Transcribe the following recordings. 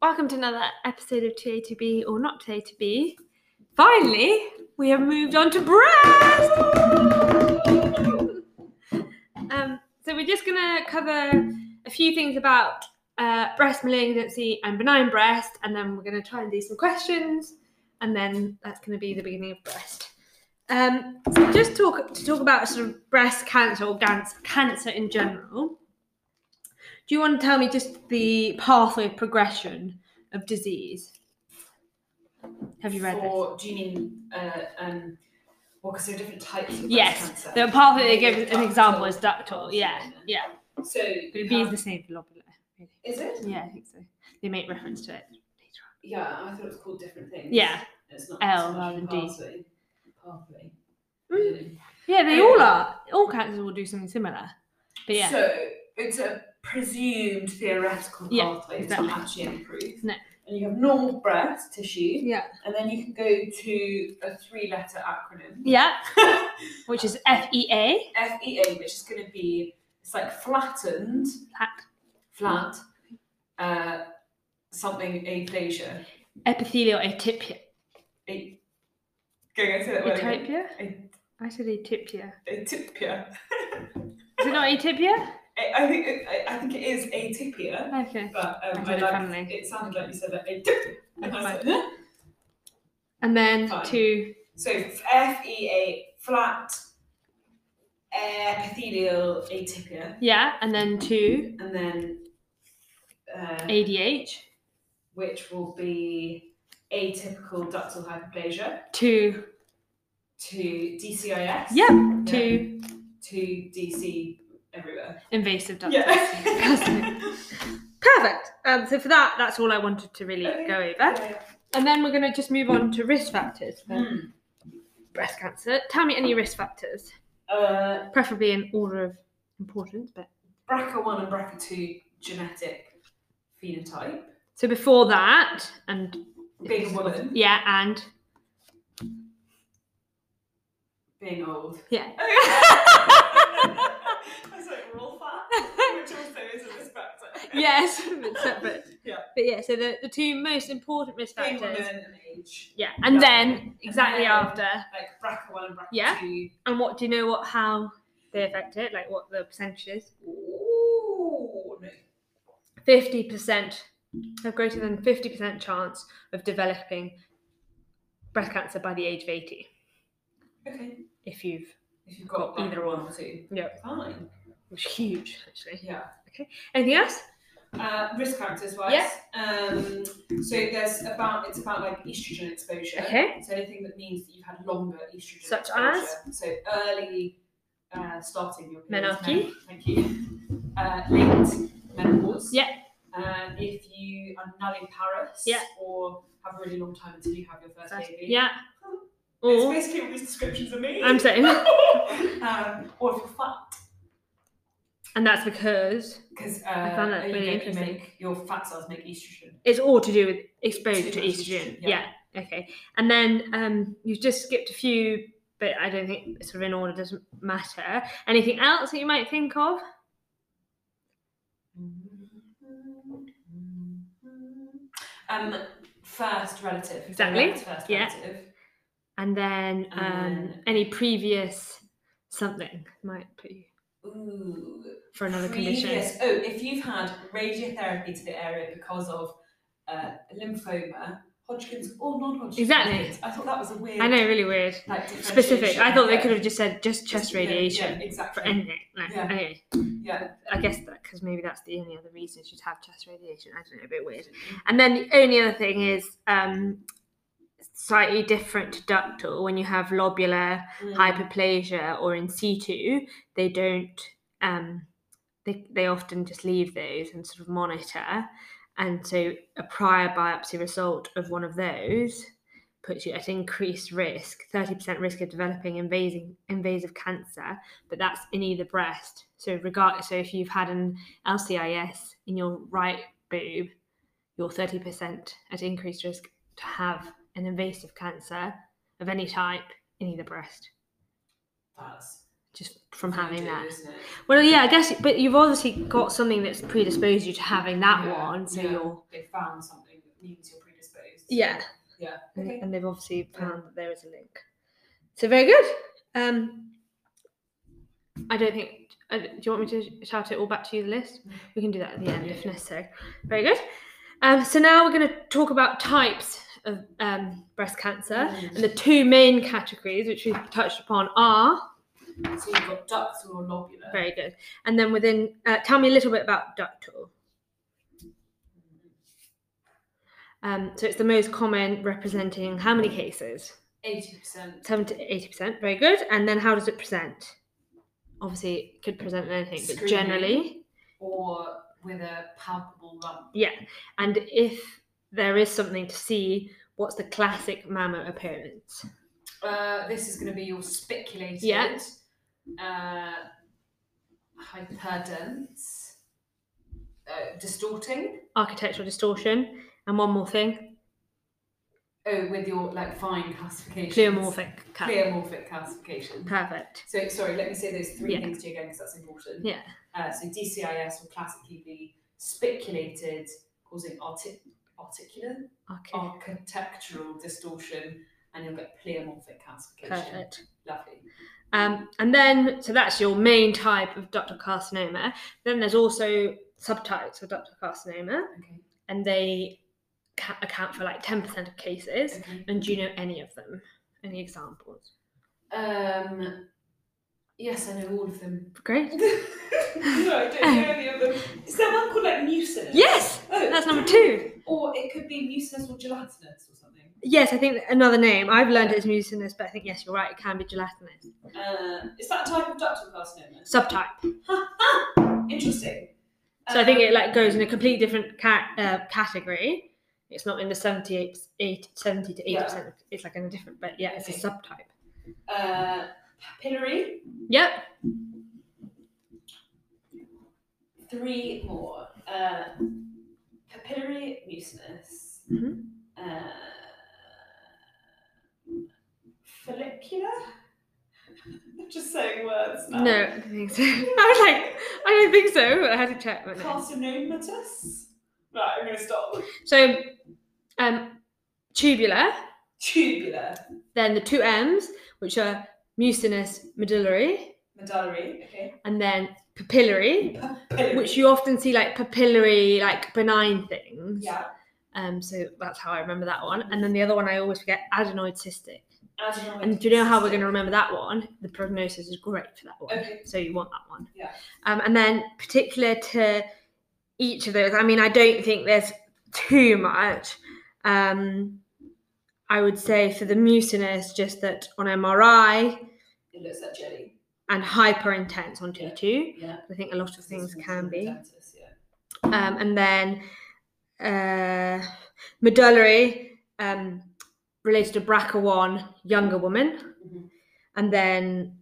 Welcome to another episode of TA to B or not TA to B. Finally, we have moved on to Brad. um, so we're just gonna cover a few things about uh, breast malignancy and benign breast, and then we're gonna try and do some questions, and then that's gonna be the beginning of breast. Um, so just talk to talk about sort of breast cancer or cancer, cancer in general. Do you want to tell me just the pathway of progression of disease? Have you read this? for, Do you mean, uh, um, well, because there are different types of breast Yes, cancer. the pathway they give an Ductal, example is ductal. Yeah, yeah. yeah. So, But you it'd be have- the same for lobular. really. is it? Yeah, I think so. They make reference to it. Yeah, I thought it was called different things. Yeah. It's not L so much rather than D. Pathway. pathway. Mm. really. Yeah, they all are. All cancers will do something similar. But yeah, So it's a presumed theoretical Yeah, pathway. exactly. It's not actually any proof. No. And you have normal breast tissue, yeah, and then you can go to a three-letter acronym. yeah. Which is E FEA. FEA, which is going to be it's like flattened, Flat. flat, uh, something aplasia. Epithelial atypia. A- Go and say that word again. Atypia? A- I said atypia. Atypia. Is it not atypia? I I think it, I, I think it is atypia, Okay. but I um, did I it like funnily. it sounded like you said that atypia. And I said, "Huh?" And then Fine. to so F E A flat epithelial atypia, yeah, and then to and then uh, ADH which will be atypical ductal hyperplasia. to to DCIS. yeah to To DC everywhere. invasive ductal. Yeah. Perfect. Um, so for that, that's all I wanted to really Okay. go over. And then we're going to just move on to risk factors for Mm. breast cancer. Tell me any risk factors, Uh, preferably in order of importance. But BRCA1 and BRCA2 genetic phenotype. so before that, and Being a woman, yeah, and being old. yeah, I was like, we're all fat, which also is a risk factor. yes, but separate. Yeah. But yeah, so the, the two most important risk Being factors. women and age. Yeah, and Yeah. then exactly then- after. Like BRCA1 and BRCA2. Yeah. And what do you know? What how they affect it? Like what the percentage is? Ooh, no. Fifty percent, a greater than fifty percent chance of developing breast cancer by the age of eighty Okay. if you've, If you've got, Got either either one or two. Yep. Fine. which is huge actually. Yeah. Anything else? Uh, risk factors wise, Yeah. um, so there's about it's about like estrogen exposure. Okay. So anything that means that you've had longer estrogen Such exposure. so early uh, starting your periods, Menarche. men- Thank you. Uh, late menopause. Yeah. Uh, if you are nulliparous Yeah. or have a really long time until you have your first baby. Yeah. It's Or basically all these descriptions of me. I'm saying, um, or if you're fat, and that's because because uh, I found that you really get- you interesting. make- your fat cells make estrogen. it's all to do with exposure Too to much estrogen. estrogen, Yeah. yeah. Okay. And then um, you've just skipped a few, but I don't think sort of in order doesn't matter. Anything else that you might think of? Um, first relative. Exactly, Direct First yeah. relative. And then Uh, um, And- any previous something might put you Ooh. for another condition. previous- Oh, if you've had radiotherapy to the area because of uh, lymphoma, Hodgkin's or non-Hodgkin's. Exactly. disease. I thought that was a weird. I know, really weird. Like, Specific. I thought they could have differentiation. just said just chest Yeah, yeah, radiation for exactly. anything. No, Yeah. Anyway, yeah. I guess that because maybe that's the only other reason you'd have chest radiation. I don't know, a bit weird. And then the only other thing is um, slightly different to ductal. When you have lobular Mm. hyperplasia or in situ, they don't. Um, they they often just leave those and sort of monitor. And so a prior biopsy result of one of those puts you at increased risk, 30% risk of developing invasive, invasive cancer, but that's in either breast. So regard so if you've had an LCIS in your right boob, you're 30% at increased risk to have an invasive cancer of any type in either breast, That's just from having voodoo, that. isn't it? Well, yeah, I guess, but you've obviously got something that's predisposed you to having that Yeah, one, so yeah. you're They found something. means you're predisposed. Yeah. Yeah. And- Okay. And they've obviously Yeah. found that there is a link. So very good. Um, I don't think. I d- do you want me to shout it all back to you the list? We can do that at the end Yeah, if yeah. necessary. Very good. Um, so now we're going to talk about types of um, breast cancer, Mm. and the two main categories which we touched upon are So you've got ductal or lobular. very good. And then within, uh, tell me a little bit about ductal. Um, so it's the most common, representing how many cases? Eighty percent. 70 80 percent very good and then how does it present obviously it could present anything but Screening. generally Or with a palpable lump. yeah and if there is something to see what's the classic mammo appearance Uh, this is going to be your speculated. Yeah. Uh, hyperdence. Uh, distorting. architectural distortion and one more thing Oh, with your like fine classifications. pleomorphic cut Pleomorphic classification. perfect So sorry, let me say those three Yeah. things to you again because that's important. yeah Uh, so DCIS will classically be speculated, causing artic- articular okay architectural distortion, and you'll get pleomorphic calcification. perfect Lovely. Um, and then, so that's your main type of ductal carcinoma. Then there's also subtypes of ductal carcinoma, Okay. and they ca- account for like 10% of cases. Okay. And do you know any of them? Any examples? Um, yes, I know all of them. Great. no, I don't know any of them. Is there one called like mucinous? Yes, Oh. Um, that's number two. Or it could be mucinous or gelatinous or something. Yes, I think another name. I've learned it's mucinous, but I think yes, you're right. It can be gelatinous. Uh, is that a type of ductal carcinoma? Subtype. Interesting. So I think Um, it like goes in a completely different cat uh, category. It's not in the 78, 8, 70 to 80%. It's like in a different, but yeah, it's a Okay. subtype. uh, papillary. Yep. Three more. Uh, papillary mucinous. Mhm. Uh, follicular. I'm just saying words now. No, I don't think so. I was like, I don't think so. I had to check. But no. Carcinomatous. Right, I'm gonna stop. So, um, tubular, Tubular. then the two M's, which are mucinous medullary, Medullary. Okay. and then papillary, Papillary. which you often see like papillary, like benign things. yeah. Um, so that's how I remember that one. And then the other one I always forget, adenoid cystic. Adenoid And do you know how we're cystic. going to remember that one? The prognosis is great for that one. Okay. So you want that one. Yeah. Um, and then particular to each of those, I mean, I don't think there's too much. Um, I would say for the mucinous, just that on MRI It looks like jelly. and hyper intense on T2. Yeah. I think a lot of things can be. Dentist, yeah. Um, and then uh, medullary, um, related to BRCA1, younger woman. Mhm. And then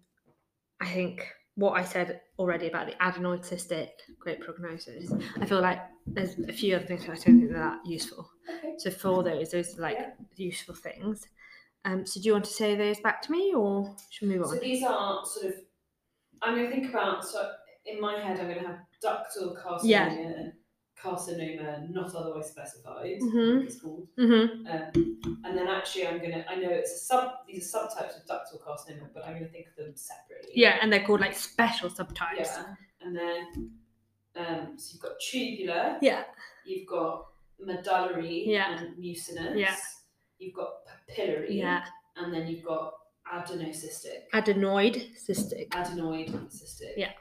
I think what I said already about the adenoid cystic, great prognosis. I feel like there's a few other things that I don't think that are that useful. Okay. So for all those, those are like Yeah. useful things. Um, so do you want to say those back to me or should we move So on? these are sort of. I'm going to think about. So in my head, I'm going to have ductal carcinoma, Yeah. carcinoma, not otherwise specified. Mhm. It's called. Mm-hmm. Um, and then actually, I'm going to. I know it's a sub. These are subtypes of ductal carcinoma, but I'm going to think of them separately. Yeah, and they're called like special subtypes. Yeah. And then, um, so you've got tubular. Yeah. You've got medullary Yeah. and mucinous. Yeah. You've got papillary. Yeah. And then you've got adenocystic. Adenoid cystic. Adenoid and cystic. Yeah.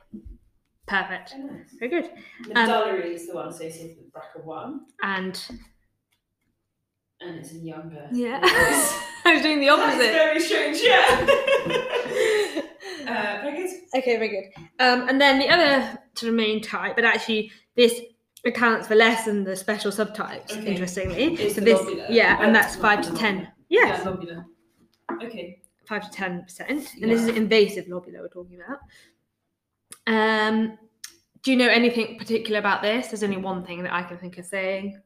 Perfect. Oh, nice. Very good. Medullary is the one associated with BRCA1, And and it's in younger. Yeah. males. I was doing the That is opposite. very strange, yeah. uh, very good. okay, very good. Um, and then the other sort of main type, but actually this accounts for less than the special subtypes, Okay. interestingly. It's so the this, lobular. yeah, Oh, and that's it's five not to the ten. lobular. Yes, Yeah, lobular. Okay. five to ten percent. And this is Yeah. invasive lobular we're talking about. Um, do you know anything particular about this? There's only one thing that I can think of saying.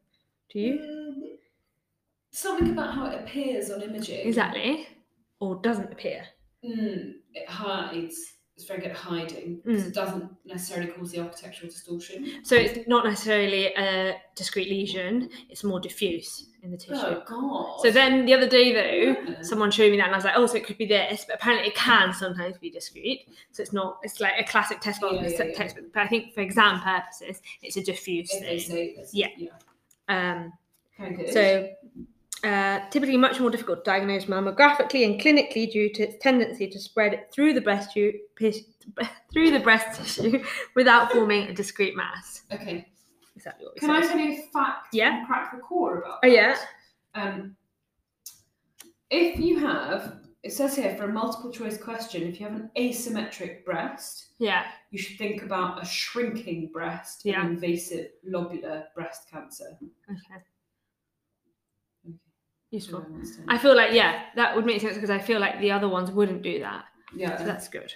Do you? Mm, Something about how it appears on imaging. Hmm, Exactly. Or doesn't appear. Mm, it hides is very good at hiding 'cause Hmm. it doesn't necessarily cause the architectural distortion. So it's not necessarily a discrete lesion, it's more diffuse in the tissue. Oh god. Uh, So then the other day though, Yeah. someone showed me that and I was like, oh, so it could be this, but apparently it can sometimes be discrete. So it's not, it's like a classic test Yeah, on yeah, yeah. textbook. But I think for exam purposes, it's a diffuse if thing. they say this. Yeah. yeah. Um, Very good. so uh, typically much more difficult to diagnose mammographically and clinically due to its tendency to spread through the breast tube, through the breast tissue without forming a discrete mass. okay. Exactly what we Can I said. tell you a fact? Yeah. and Crack the core about. Oh, yeah. that? Um, if you have, it says here for a multiple choice question, if you have an asymmetric breast, Yeah. you should think about a shrinking breast and Yeah. invasive lobular breast cancer. Okay. Okay. Useful. No, that's fine. I feel like yeah, that would make sense because I feel like the other ones wouldn't do that. yeah. So that's good.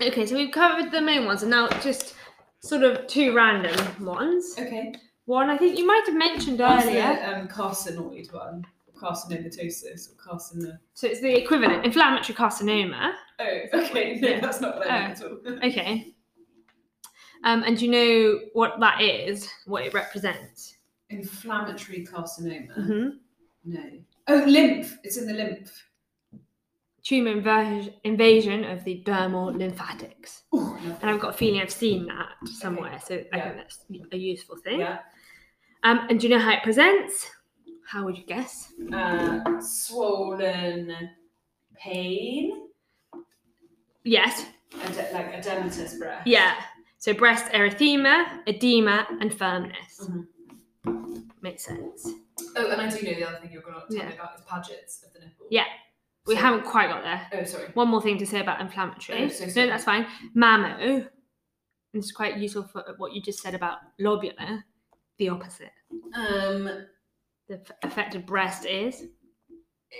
Okay, so we've covered the main ones, and now just sort of two random ones. okay. One I think you might have mentioned That's earlier. the um, carcinoid one, carcinomatosis or carcino. So it's the equivalent inflammatory carcinoma. Oh, okay. No, Yeah. Oh. that's not what I meant at all. Okay. Um, and do you know what that is? What it represents? Inflammatory carcinoma. Mm-hmm. No. Oh, lymph. It's in the lymph. Tumor inver- invasion of the dermal lymphatics. Oh, I love And I've got a feeling I've seen that somewhere, so I Yeah. think that's a useful it. thing. Yeah. Um, and do you know how it presents? How would you guess? Uh, swollen pain Yes. and like edematous breath. Yeah. So breast erythema, edema, and firmness. Mhm. Makes sense. Oh, and I do know the other thing you're going to tell Yeah. me about is Paget's of the nipple. Yeah. We So- haven't quite got there. Oh, sorry. One more thing to say about inflammatory. Oh, so sorry. no, that's fine. Mammo. And it's quite useful for what you just said about lobular. The opposite. Um, The f- affected breast is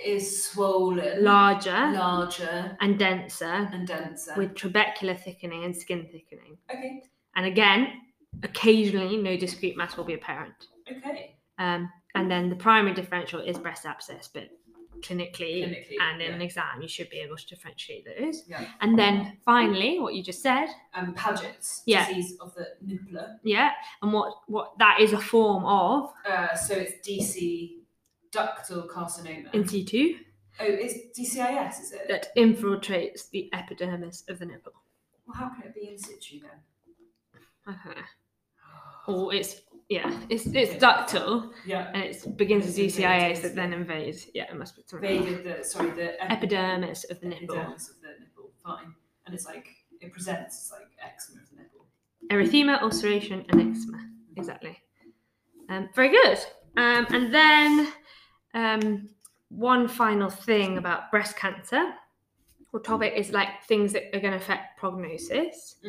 is swollen, larger larger, and denser, and denser. with trabecular thickening and skin thickening. okay. And again, occasionally no discrete mass will be apparent. Okay. Um, and then the primary differential is breast abscess, but clinically, Clinically, and in yeah. an exam, you should be able to differentiate those. Yeah. And then finally, what you just said, Um, Paget's Yeah. disease of the nippler. yeah, and what what that is a form of Uh, so it's DC ductal carcinoma. in situ oh, it's DCIS, is it? that infiltrates the epidermis of the nipple. Well, how can it be in situ then? Uh-huh. Okay. Or it's yeah, it's it's Okay. ductal Yeah. and it begins as Invades, DCIS isn't that then invades. Yeah, it must be something. Invaded the sorry the epi- Epidermis of the nipple, epidermis of the nipple. Fine, and it's like it presents as like eczema of the nipple. erythema, ulceration, and eczema. Exactly. Um, very good. Um, and then um, one final thing about breast cancer or topic is like things that are going to affect prognosis.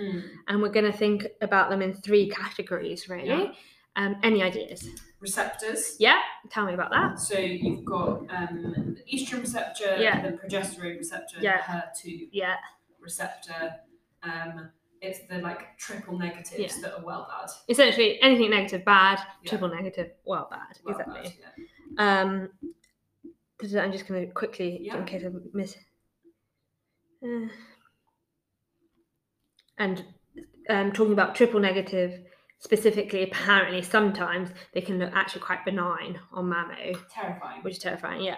And we're going to think about them in three categories, really. Yeah. Um, any ideas? Receptors. Yeah, tell me about that. So you've got um, the estrogen receptor, Yeah. the progesterone receptor, Yeah. the HER2 Yeah, receptor. Um, it's the like triple negatives Yeah. that are well bad. essentially anything negative, bad, Yeah. triple negative, well, bad. Well exactly. bad, yeah. Um, this is- I'm just going to quickly, Yeah. in case I miss. Uh, and um, talking about triple negative specifically, apparently sometimes they can look actually quite benign on mammo, Terrifying. which is terrifying. Yeah,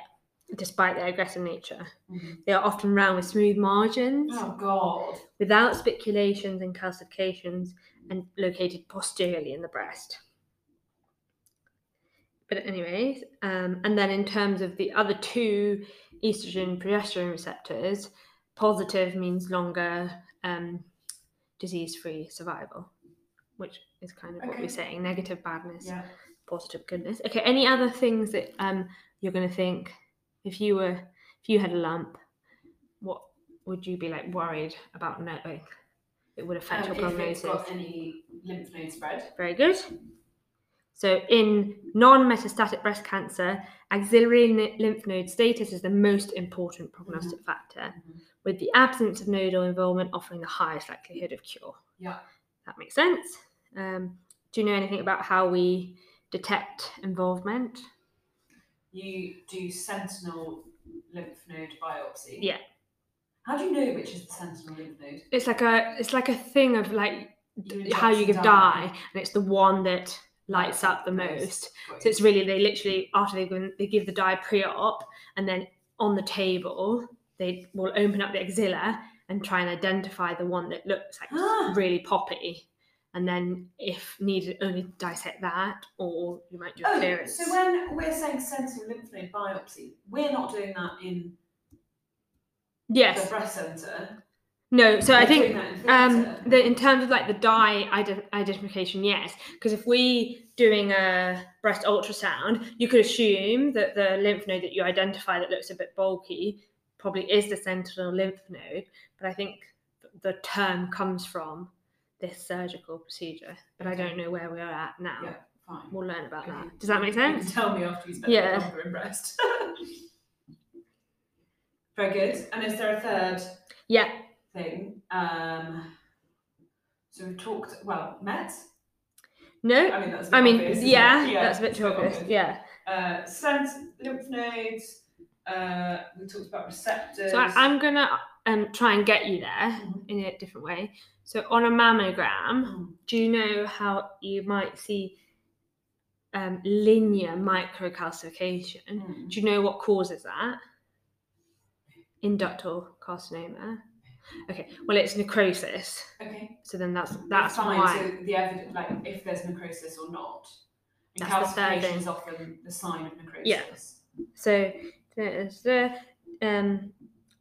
despite their aggressive nature, Mhm. they are often round with smooth margins, Oh god. without spiculations and calcifications, and located posteriorly in the breast. But anyways, um, and then in terms of the other two estrogen progesterone receptors, positive means longer um, disease-free survival, which is kind of what Okay. we're saying: negative badness, Yeah. positive goodness. Okay, any other things that um, you're going to think if you were if you had a lump, what would you be like worried about knowing? It would affect Um, your if prognosis. it's got any lymph node spread. Very good. So, in non metastatic breast cancer, axillary n- lymph node status is the most important prognostic factor, Mhm. with the absence of nodal involvement offering the highest likelihood of cure. Yeah. That makes sense. Um, do you know anything about how we detect involvement? You do sentinel lymph node biopsy. Yeah. How do you know which is the sentinel lymph node? It's like a it's like a thing of like You how you give inject dye, and it's the one that lights up the most. So it's really they literally after they give, they give the dye pre-op, and then on the table they will open up the axilla and try and identify the one that looks like Ah. really poppy, and then if needed, only dissect that, or you might do a Oh, clearance. so when we're saying sentinel lymph node biopsy, we're not doing that in the yes, breast centre. no. So I We're think doing that in um theatre. the in terms of like the dye ident- identification yes because if we doing a breast ultrasound you could assume that the lymph node that you identify that looks a bit bulky probably is the sentinel lymph node but i think th- the term comes from this surgical procedure but i don't know where we are at now Yeah. Fine. we'll learn about Okay. that does that make You can sense Tell me after you spent Yeah. longer in breast. Very good. And is there a third yeah thing? Um, so we've talked. Well, met. no I mean, that's. a bit i mean obvious, isn't it? yeah, that's a bit it's a too bit obvious obvious. yeah Uh, scent, lymph nodes. Uh, we talked about receptors. So I, I'm gonna um, try and get you there Mhm. in a different way. So on a mammogram, Mm. do you know how you might see um, linear microcalcification? Mm. Do you know what causes that? Inductal carcinoma. Okay, well it's necrosis. Okay. So then that's that's fine. why. So the evidence, like if there's necrosis or not, and That's the third calcification thing. is often the sign of necrosis. Yeah. So, um,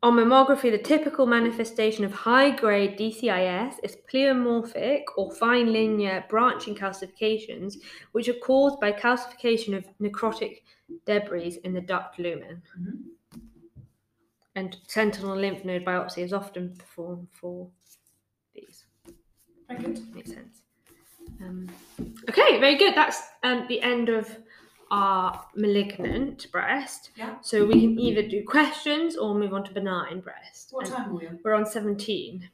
on mammography, the typical manifestation of high grade DCIS is pleomorphic or fine linear branching calcifications, which are caused by calcification of necrotic debris in the duct lumen. Mhm. And sentinel lymph node biopsy is often performed for these. Very good. Makes sense. Um, okay, very good. That's um, the end of our malignant breast. Yeah. So we can either do questions or move on to benign breast. What And time are we on? We're on 17.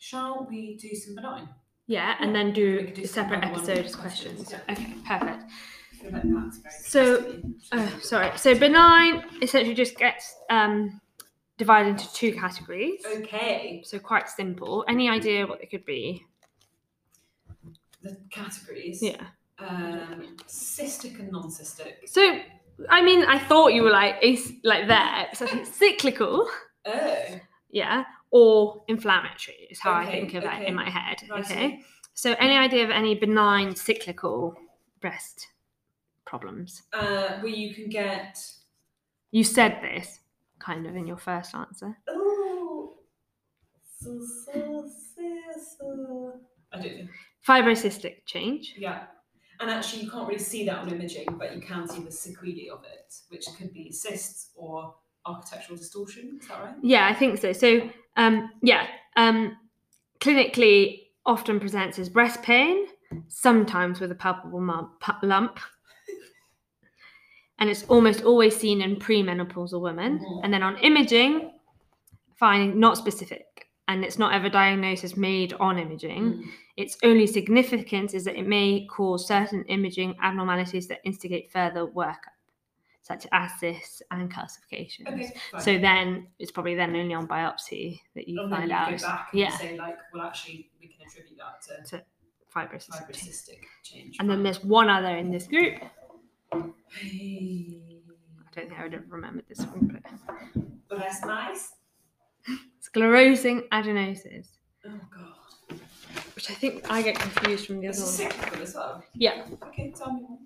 Shall we do some benign? Yeah, and Yeah. then We do, could do a separate another one episode with as questions. questions, Okay, perfect. I feel like that's very So, interesting. Oh, sorry. So benign essentially just gets um, divided into two categories. Okay. So quite simple. Any idea what they could be? The categories. Yeah. Um, cystic and non-cystic. So, I mean, I thought you were like ace, like there, so cyclical, Oh. yeah, or inflammatory is how I Okay, think of it okay. in my head. Right. Okay. So, any idea of any benign cyclical breast problems? Uh, where you can get. You said this kind of in your first answer. Oh. So, so, so, so. I don't know. Fibrocystic change. Yeah. And actually, you can't really see that on imaging, but you can see the sequelae of it, which could be cysts or architectural distortion. Is that right? Yeah, I think so. So, um, yeah, um, clinically often presents as breast pain, sometimes with a palpable mum- pu- lump. And it's almost always seen in premenopausal women. Mhm. And then on imaging, finding not specific. And it's not ever diagnosis made on imaging. Its only significance is that it may cause certain imaging abnormalities that instigate further workup, such as cysts and calcifications. Mm. Okay. Fine. So then it's probably then only on biopsy that you And then find you out go back and yeah. say like, well, actually, we can attribute that to fibrocystic. change. fibrocystic change. And then there's one other in this group. Hey, I don't think I would have remembered this one, but well, that's nice. sclerosing adenosis, Oh god, which I think I get confused from the it's other a one. cyclical as well. Yeah. Okay, tell me more.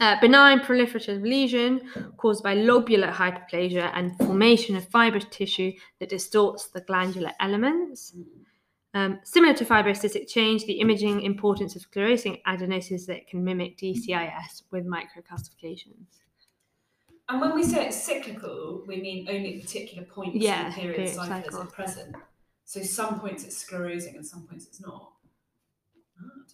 Uh, benign proliferative lesion caused by lobular hyperplasia and formation of fibrous tissue that distorts the glandular elements. Mm. Um, similar to fibrocytic change, the imaging importance of sclerosing adenosis that can mimic DCIS with microcalcifications. And when we say it's cyclical, we mean only at particular points in Yeah, the period period cycle is cycle. at present. So some points it's sclerosing and some points it's not. Mad.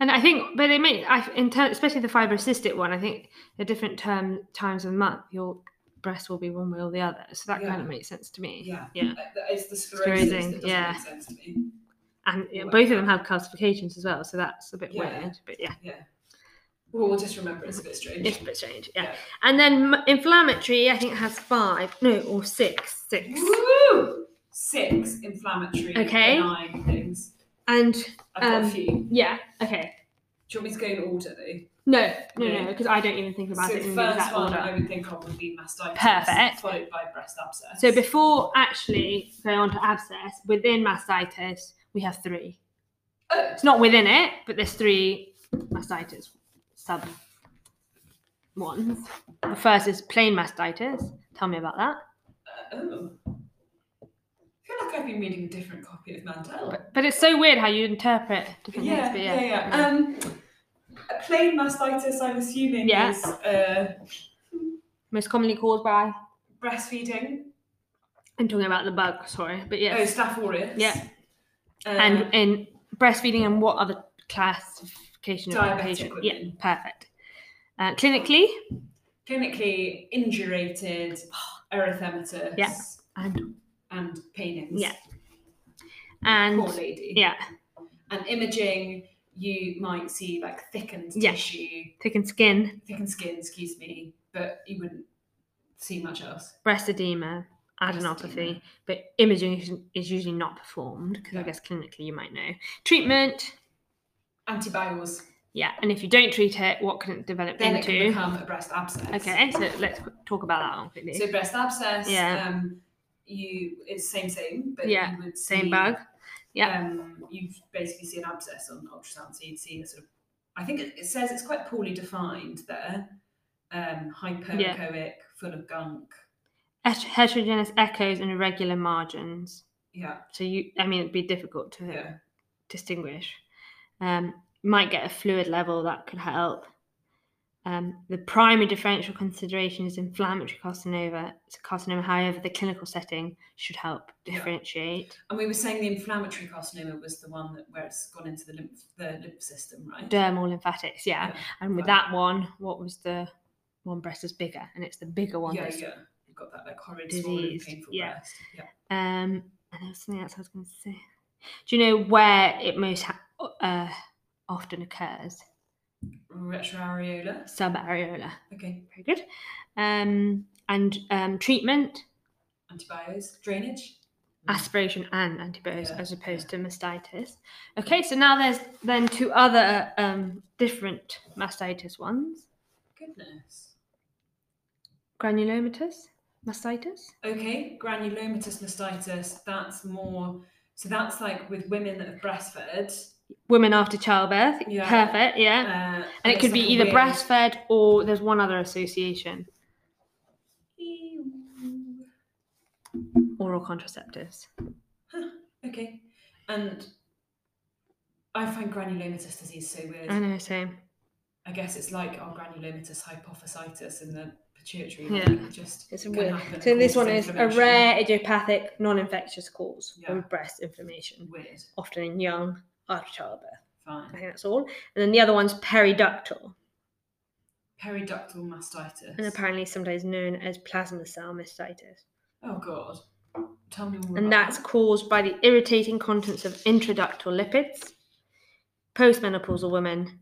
And I think, but it may, I, in ter- especially the fibrocystic one, I think at different term, times of month, your breast will be one way or the other. So that kind Yeah. of makes sense to me. Yeah. Yeah. Uh, It's the sclerosis Sclerosing, that doesn't yeah. make sense to me. And yeah, Well, both of them have calcifications as well. So that's a bit Yeah. weird. But yeah. Yeah. Well, we'll just remember it's a bit strange. It's a bit strange, yeah. Yeah. And then m- inflammatory, I think, has five, no, or six, six. Woo! Six inflammatory Okay. benign things. And I've got a Um, few. yeah, okay. Do you want me to go in order though? No, no, Yeah. no, because I don't even think about So it in the that first one order. I would think of would be mastitis, Perfect. followed by breast abscess. So before actually going on to abscess, within mastitis, we have three. Oh, It's not within it, but there's three mastitis sub ones. The first is plain mastitis. Tell me about that. uh, oh. I feel like I've been reading a different copy of Mandela. But, but it's so weird how you interpret different things. Yeah, But yeah, yeah. Um, plain mastitis, I'm assuming, Yeah. is uh, Most commonly caused by. breastfeeding. I'm talking about the bug, sorry, but yes. Oh, staph aureus. Yeah. Uh, and in breastfeeding and what other classification of Diabetic patient? women. Yeah, perfect. Uh, clinically clinically indurated erythematous Yeah. and and painings. Yeah. and Poor lady. yeah, And imaging, you might see like thickened Yeah. tissue, thickened skin, thickened skin, excuse me, but you wouldn't see much else. breast edema, adenopathy. edema. But imaging is, is usually not performed because I Yeah. guess clinically you might know treatment. Antibials. Yeah, and if you don't treat it, what can it develop Then it can into? become a breast abscess. Okay, so let's qu- talk about that one quickly. So breast abscess. Yeah. Um, you it's same same, but Yeah, you would see, Same bug. yeah. Um, you basically see an abscess on ultrasound, so you'd see a sort of. I think it, it says it's quite poorly defined there. Um, hypoechoic, full of gunk. Het- heterogeneous echoes and irregular margins. Yeah, So you, I mean, it'd be difficult to yeah. distinguish. Um, might get a fluid level that could help. Um, the primary differential consideration is inflammatory carcinoma. It's a carcinoma, however, the clinical setting should help Yeah. differentiate. And we were saying the inflammatory carcinoma was the one that where it's gone into the lymph the lymph system, right? Dermal lymphatics, yeah. Yeah, And with that one, what was the one breast is bigger, and it's the bigger one. yeah, that's, yeah. You've got that like horrid, swollen, Diseased, painful yeah. breast. Yeah. Um, and there was something else I was going to say. Do you know where it most ha- uh, often occurs? Retroareola. Subareola. Okay. Very good. Um, and um, treatment. Antibiotics. Drainage. aspiration and antibiotics Mm. Yeah, as opposed to mastitis. Okay, so now there's then two other um, different mastitis ones: Goodness. granulomatous mastitis. Okay, granulomatous mastitis, that's more, so that's like with women that have breastfed. Women after childbirth. Yeah. Perfect. Uh, Yeah. and, and it it's could be like a either weird- breastfed or there's one other association: oral contraceptives. Okay, and I find granulomatous disease so weird. I know, same. I guess it's like our granulomatous hypophysitis in the pituitary. Yeah. like, it just It's can weird. happen and So this cause one is a inflammation. rare idiopathic, non-infectious cause Yeah. of breast inflammation, Weird. often in young after childbirth. I Fine. think that's all. And then the other one's periductal. Periductal mastitis. and apparently sometimes known as plasma cell mastitis. oh God. Tell me more. And about that's that. caused by the irritating contents of intraductal lipids, postmenopausal women,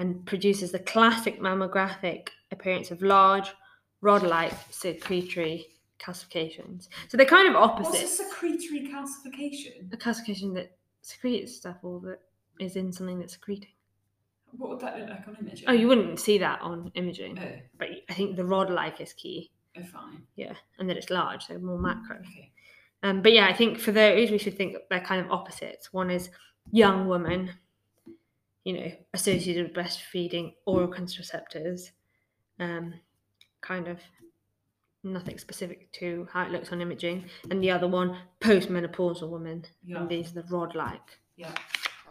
and produces the classic mammographic appearance of large, rod like secretory calcifications. So they're kind of What's a opposites. secretory calcification? A calcification that secretes stuff or that is in something that's secreting. What would that look like on image? Oh, you wouldn't see that on imaging, Oh, but I think the rod like is key. oh, fine. Yeah, and that it's large, so more macro. Okay. Um, but yeah, I think for those we should think they're kind of opposites. One is young woman, you know, associated with breastfeeding, oral contraceptives, um, kind of nothing specific to how it looks on imaging, and the other one postmenopausal woman, Yeah. and these are the rod-like. Yeah.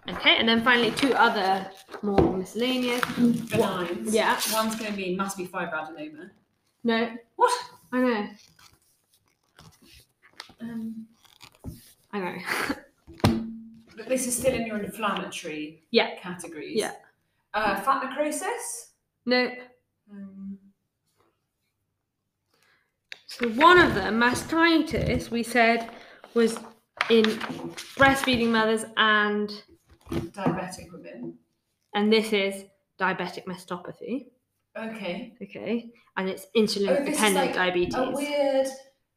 Okay, and then finally two other more miscellaneous. Benigns. Yeah. One's going to be must be fibroadenoma. No, What? I know, Um, I know. but this is still in your inflammatory Yeah. categories. Yeah. Uh, fat necrosis. no, Um, So one of them, mastitis, we said was in breastfeeding mothers and diabetic women. and this is diabetic mastopathy. Okay. Okay. And it's insulin Oh, this is dependent like diabetes. A weird.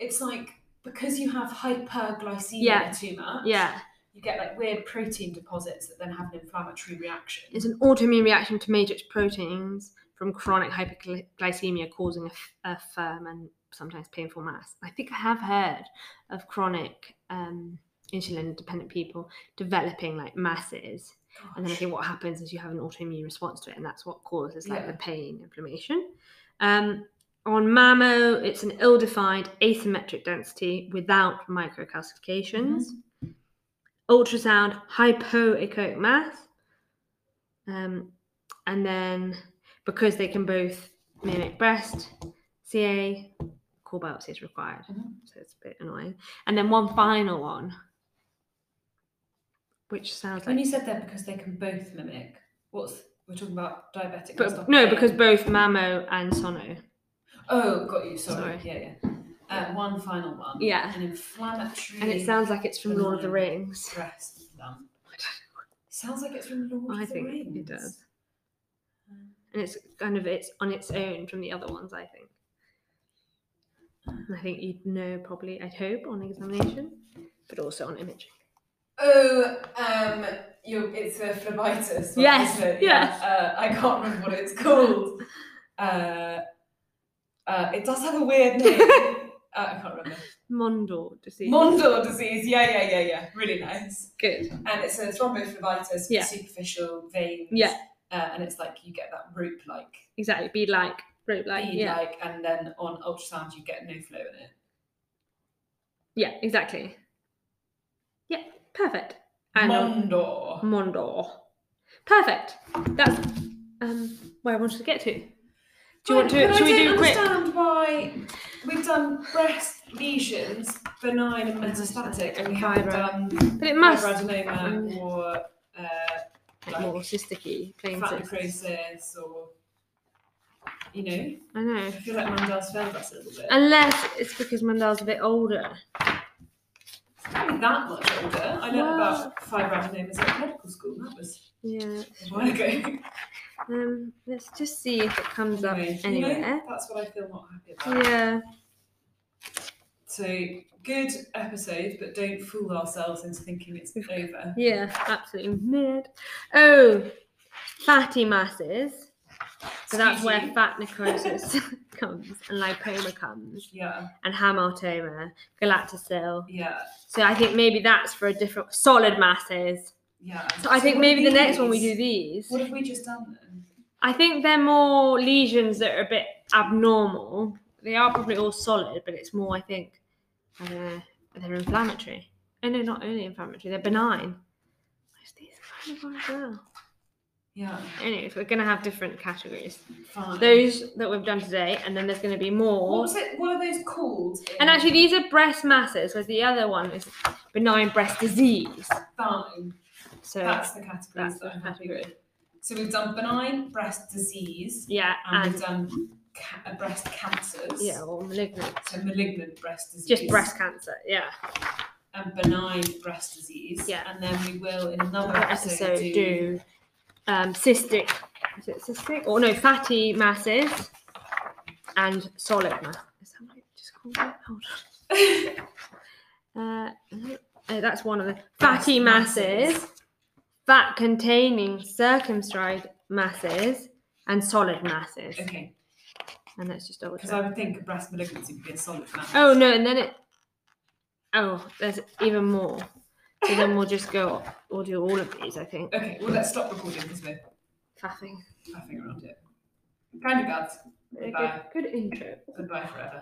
It's like because you have hyperglycemia Yeah. too much. yeah. You get like weird protein deposits that then have an inflammatory reaction. It's an autoimmune reaction to matrix proteins from chronic hyperglycemia causing a, f- a firm and sometimes painful mass. I think I have heard of chronic um, insulin dependent people developing like masses. And then I Gosh. think what happens is you have an autoimmune response to it, and that's what causes like Yeah. the pain, inflammation. Um, on mammo, it's an ill-defined asymmetric density without microcalcifications. Ultrasound hypoechoic mass, um, and then because they can both mimic breast, CA, core biopsy is required. Mhm. So it's a bit annoying. And then one final one, which sounds When like you said that because they can both mimic, what's we're talking about diabetic? But mastopathy. no, because both Mamo and Sono. oh, got you. Sorry. Sorry. Yeah, yeah. Um, one final one. Yeah. An inflammatory. And it sounds like it's from Lord of the Annoying. Rings. breast lump. Sounds like it's from Lord I of the think Rings. it does. And it's kind of it's on its own from the other ones, I think. And I think you'd know probably, I'd hope, on examination, but also on imaging. Oh, um, you it's a phlebitis. one, Yes, isn't it? yes. Uh, I can't remember what it's called. Uh, uh, it does have a weird name. uh, I can't remember. Mondor disease. Mondor disease. Yeah, yeah, yeah, yeah. Really nice. Good. And it's a thrombophlebitis, Yeah. superficial veins. Yeah. Uh, and it's like you get that rope like Exactly. Be like, rope like. bead Uh, Yeah. like, and then on ultrasound you get no flow in it. Yeah, exactly. Yeah, perfect. And on Mondor. Mondor. Perfect. That's um, where I wanted to get to. Do you want Right, to? but Should I we don't do a quick? understand why we've done breast lesions, benign and metastatic, and we haven't done But it must fibroadenoma Mm. or uh, like more cysticky, plain fat cysts. necrosis or you know. I know. I feel like Mandel's failed us a little bit. Unless it's because Mandel's a bit older. It's not really that much older. I learned Well- about fibroadenomas at medical school. That was Yeah. a while ago. Um. Let's just see if it comes up Anyway, you know, anywhere. that's what I feel not happy about. Yeah. So good episode, but don't fool ourselves into thinking it's over. Yeah. Absolutely mad. Oh, fatty masses. So that's Excuse where you. fat necrosis comes and lipoma comes Yeah, and hamartoma, galactosyl. yeah, So I think maybe that's for a different solid masses. yeah. So I think what are maybe the next one we do these? these. What have we just done then? I think they're more lesions that are a bit abnormal. They are probably all solid, but it's more, I think, I don't know, they're inflammatory. Oh no, not only inflammatory, they're benign. Where's these kind of as well? Yeah, Anyways, we're going to have different categories. fine. Those that we've done today, and then there's going to be What more. was it? What are those called? in And actually, these are breast masses, whereas the other one is benign breast disease. fine. So, That's the categories that's that I'm the happy category. with. So we've done benign breast disease, yeah, and, and we've done ca- uh, breast cancers. yeah, or malignant. So malignant breast disease. Just breast cancer, yeah. And benign breast disease. Yeah. And then we will in another episode, episode do um, cystic, is it cystic or no fatty masses and solid mass. Is that what it just called? It? Hold on. Uh, no. Oh, that's one of the fatty masses. masses, fat containing circumscribed masses, and solid masses. Okay, And let's just double because check. I would think a breast malignancy would be a solid mass. Oh no, and then it. Oh, there's even more. So then we'll just go. We'll do all of these, I think. Okay, well let's stop recording because we're Faffing. faffing around it. Kind regards. Good, Bye. good intro. Goodbye forever.